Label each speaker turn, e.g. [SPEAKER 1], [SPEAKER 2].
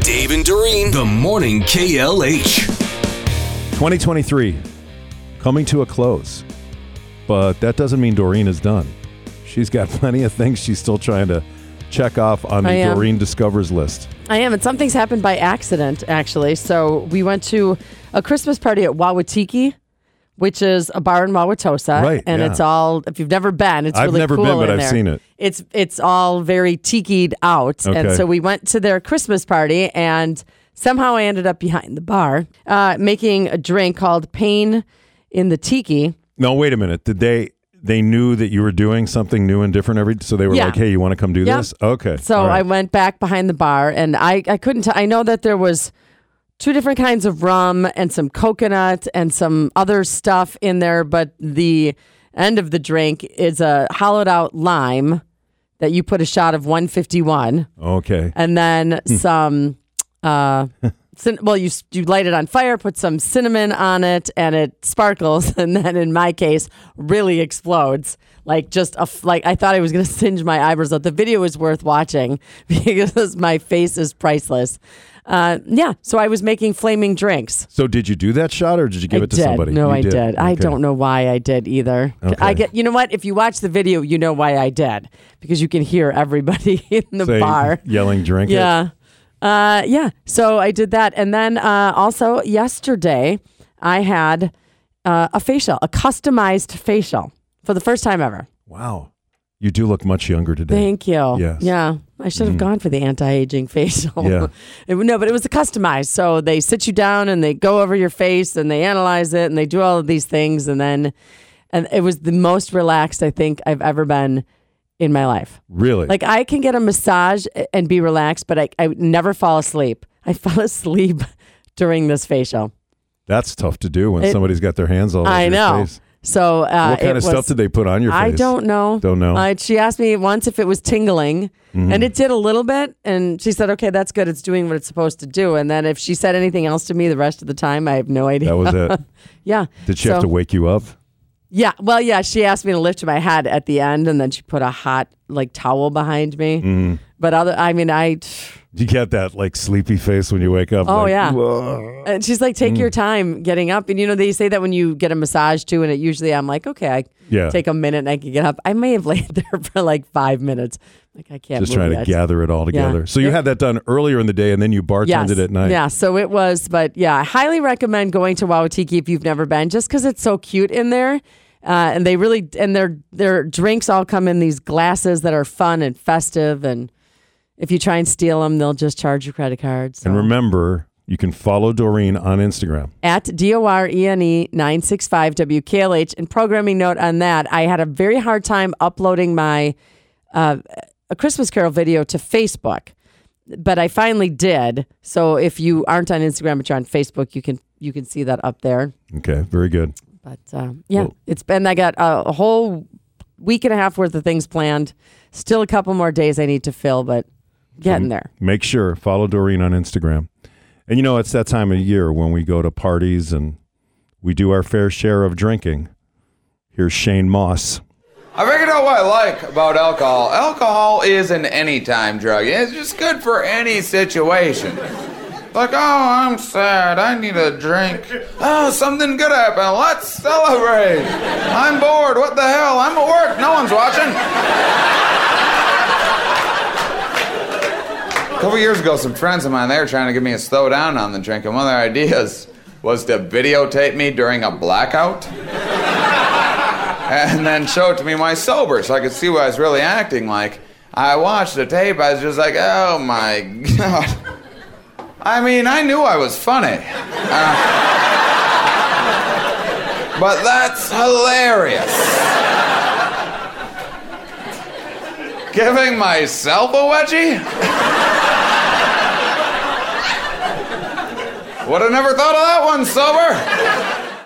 [SPEAKER 1] Dave and Doreen. The morning KLH.
[SPEAKER 2] 2023 coming to a close, but that doesn't mean Doreen is done. She's got plenty of things she's still trying to check off on the
[SPEAKER 3] I am.
[SPEAKER 2] Doreen Discovers list.
[SPEAKER 3] I am, and something's happened by accident, actually. So we went to a Christmas party at Wawatiki, which is a bar in Wauwatosa.
[SPEAKER 2] Right,
[SPEAKER 3] And
[SPEAKER 2] yeah.
[SPEAKER 3] it's all, if you've never been, it's
[SPEAKER 2] I've
[SPEAKER 3] really
[SPEAKER 2] never
[SPEAKER 3] cool
[SPEAKER 2] been, but
[SPEAKER 3] in
[SPEAKER 2] I've
[SPEAKER 3] there.
[SPEAKER 2] seen it.
[SPEAKER 3] It's, it's all very tikied out. And
[SPEAKER 2] Okay.
[SPEAKER 3] so we went to their Christmas party, and somehow I ended up behind the bar uh, making a drink called Pain in the Tiki.
[SPEAKER 2] No, wait a minute. Did they? They knew that you were doing something new and different every. So they were
[SPEAKER 3] Yeah.
[SPEAKER 2] like, "Hey, you want to come do
[SPEAKER 3] Yep.
[SPEAKER 2] this?" Okay.
[SPEAKER 3] So
[SPEAKER 2] all right.
[SPEAKER 3] I went back behind the bar and I, I couldn't t- I know that there was two different kinds of rum and some coconut and some other stuff in there, but the end of the drink is a hollowed out lime that you put a shot of 151
[SPEAKER 2] Okay.
[SPEAKER 3] and then
[SPEAKER 2] Hmm.
[SPEAKER 3] some uh cin- well you s- you light it on fire, put some cinnamon on it and it sparkles and then in my case really explodes. Like just a f- like I thought I was going to singe my eyebrows out. The video is worth watching because my face is priceless. Uh, yeah, so I was making flaming drinks.
[SPEAKER 2] So did you do that shot, or did you give
[SPEAKER 3] I
[SPEAKER 2] it to
[SPEAKER 3] did.
[SPEAKER 2] somebody?
[SPEAKER 3] No,
[SPEAKER 2] You
[SPEAKER 3] I did. I
[SPEAKER 2] Okay.
[SPEAKER 3] don't know why I did either.
[SPEAKER 2] Okay.
[SPEAKER 3] I get. You know what? If you watch the video, you know why I did because you can hear everybody in the
[SPEAKER 2] Say,
[SPEAKER 3] bar.
[SPEAKER 2] yelling, drink. it.
[SPEAKER 3] Yeah. Uh, yeah. So I did that. And then uh, also yesterday, I had uh, a facial, a customized facial for the first time ever.
[SPEAKER 2] Wow. You do look much younger today.
[SPEAKER 3] Thank you.
[SPEAKER 2] Yes. Mm-hmm.
[SPEAKER 3] Yeah. I should have gone for the anti aging facial.
[SPEAKER 2] Yeah.
[SPEAKER 3] It- no, but it was a customized. So they sit you down and they go over your face and they analyze it and they do all of these things. And then and it was the most relaxed I think I've ever been in my life.
[SPEAKER 2] Really?
[SPEAKER 3] Like I can get a massage a- and be relaxed, but I, I would never fall asleep. I fell asleep during this facial.
[SPEAKER 2] that's tough to do when
[SPEAKER 3] It-
[SPEAKER 2] somebody's got their hands all over
[SPEAKER 3] I
[SPEAKER 2] your
[SPEAKER 3] know.
[SPEAKER 2] face.
[SPEAKER 3] So uh,
[SPEAKER 2] What kind
[SPEAKER 3] it
[SPEAKER 2] of stuff
[SPEAKER 3] was-
[SPEAKER 2] did they put on your face?
[SPEAKER 3] I don't know.
[SPEAKER 2] Don't know. Mm-hmm.
[SPEAKER 3] Uh, she asked me once if it was tingling, and it did a little bit. And she said, "Okay, that's good. It's doing what it's supposed to do." And then if she said anything else to me the rest of the time, I have no idea.
[SPEAKER 2] That was it.
[SPEAKER 3] yeah.
[SPEAKER 2] Did she have
[SPEAKER 3] So-
[SPEAKER 2] to wake you up?
[SPEAKER 3] Yeah. Well, yeah. She asked me to lift my head at the end, and then she put a hot like towel behind me.
[SPEAKER 2] Mm-hmm.
[SPEAKER 3] But other, I mean, I.
[SPEAKER 2] You get that like sleepy face when you wake up.
[SPEAKER 3] Oh
[SPEAKER 2] like,
[SPEAKER 3] yeah.
[SPEAKER 2] "Whoa." Mm.
[SPEAKER 3] And she's like, take your time getting up. And you know, they say that when you get a massage too, and it usually I'm like, okay, I
[SPEAKER 2] Yeah.
[SPEAKER 3] take a minute and I can get up. I may have laid there for like five minutes. Like I can't
[SPEAKER 2] Just
[SPEAKER 3] move
[SPEAKER 2] trying to
[SPEAKER 3] yet.
[SPEAKER 2] gather it all together. So you had that done earlier in the day, and then you bartended
[SPEAKER 3] Yes.
[SPEAKER 2] at night.
[SPEAKER 3] Yeah, so it was, but yeah, I highly recommend going to Wawatiki if you've never been, just because it's so cute in there. Uh, and they really and their their drinks all come in these glasses that are fun and festive. And if you try and steal them, they'll just charge your credit card. So.
[SPEAKER 2] And remember, you can follow Doreen on Instagram.
[SPEAKER 3] at D O R E N E 965 WKLH. And programming note on that, I had a very hard time uploading my uh, a Christmas Carol video to Facebook, but I finally did. So if you aren't on Instagram but you're on Facebook, you can you can see that up there.
[SPEAKER 2] Okay, very good.
[SPEAKER 3] But um, yeah,
[SPEAKER 2] Well-
[SPEAKER 3] it's been I got a, a whole week and a half worth of things planned. Still a couple more days I need to fill, but getting there.
[SPEAKER 2] Make sure follow Doreen on Instagram. And you know, it's that time of year when we go to parties and we do our fair share of drinking. Here's Shane Moss.
[SPEAKER 4] I figured out what I like about alcohol. Alcohol is an anytime drug. It's just good for any situation. Like, oh, I'm sad. I need a drink. Oh, something good happened. Let's celebrate. I'm bored. What the hell? I'm at work. No one's watching. A couple years ago, some friends of mine, they were trying to give me a slow down on the drink, and one of their ideas was to videotape me during a blackout and then show it to me when I was sober so I could see what I was really acting like. I watched the tape, I was just like, oh my god. I mean, I knew I was funny. Uh, but that's hilarious. Giving myself a wedgie? Would have never thought of that one sober.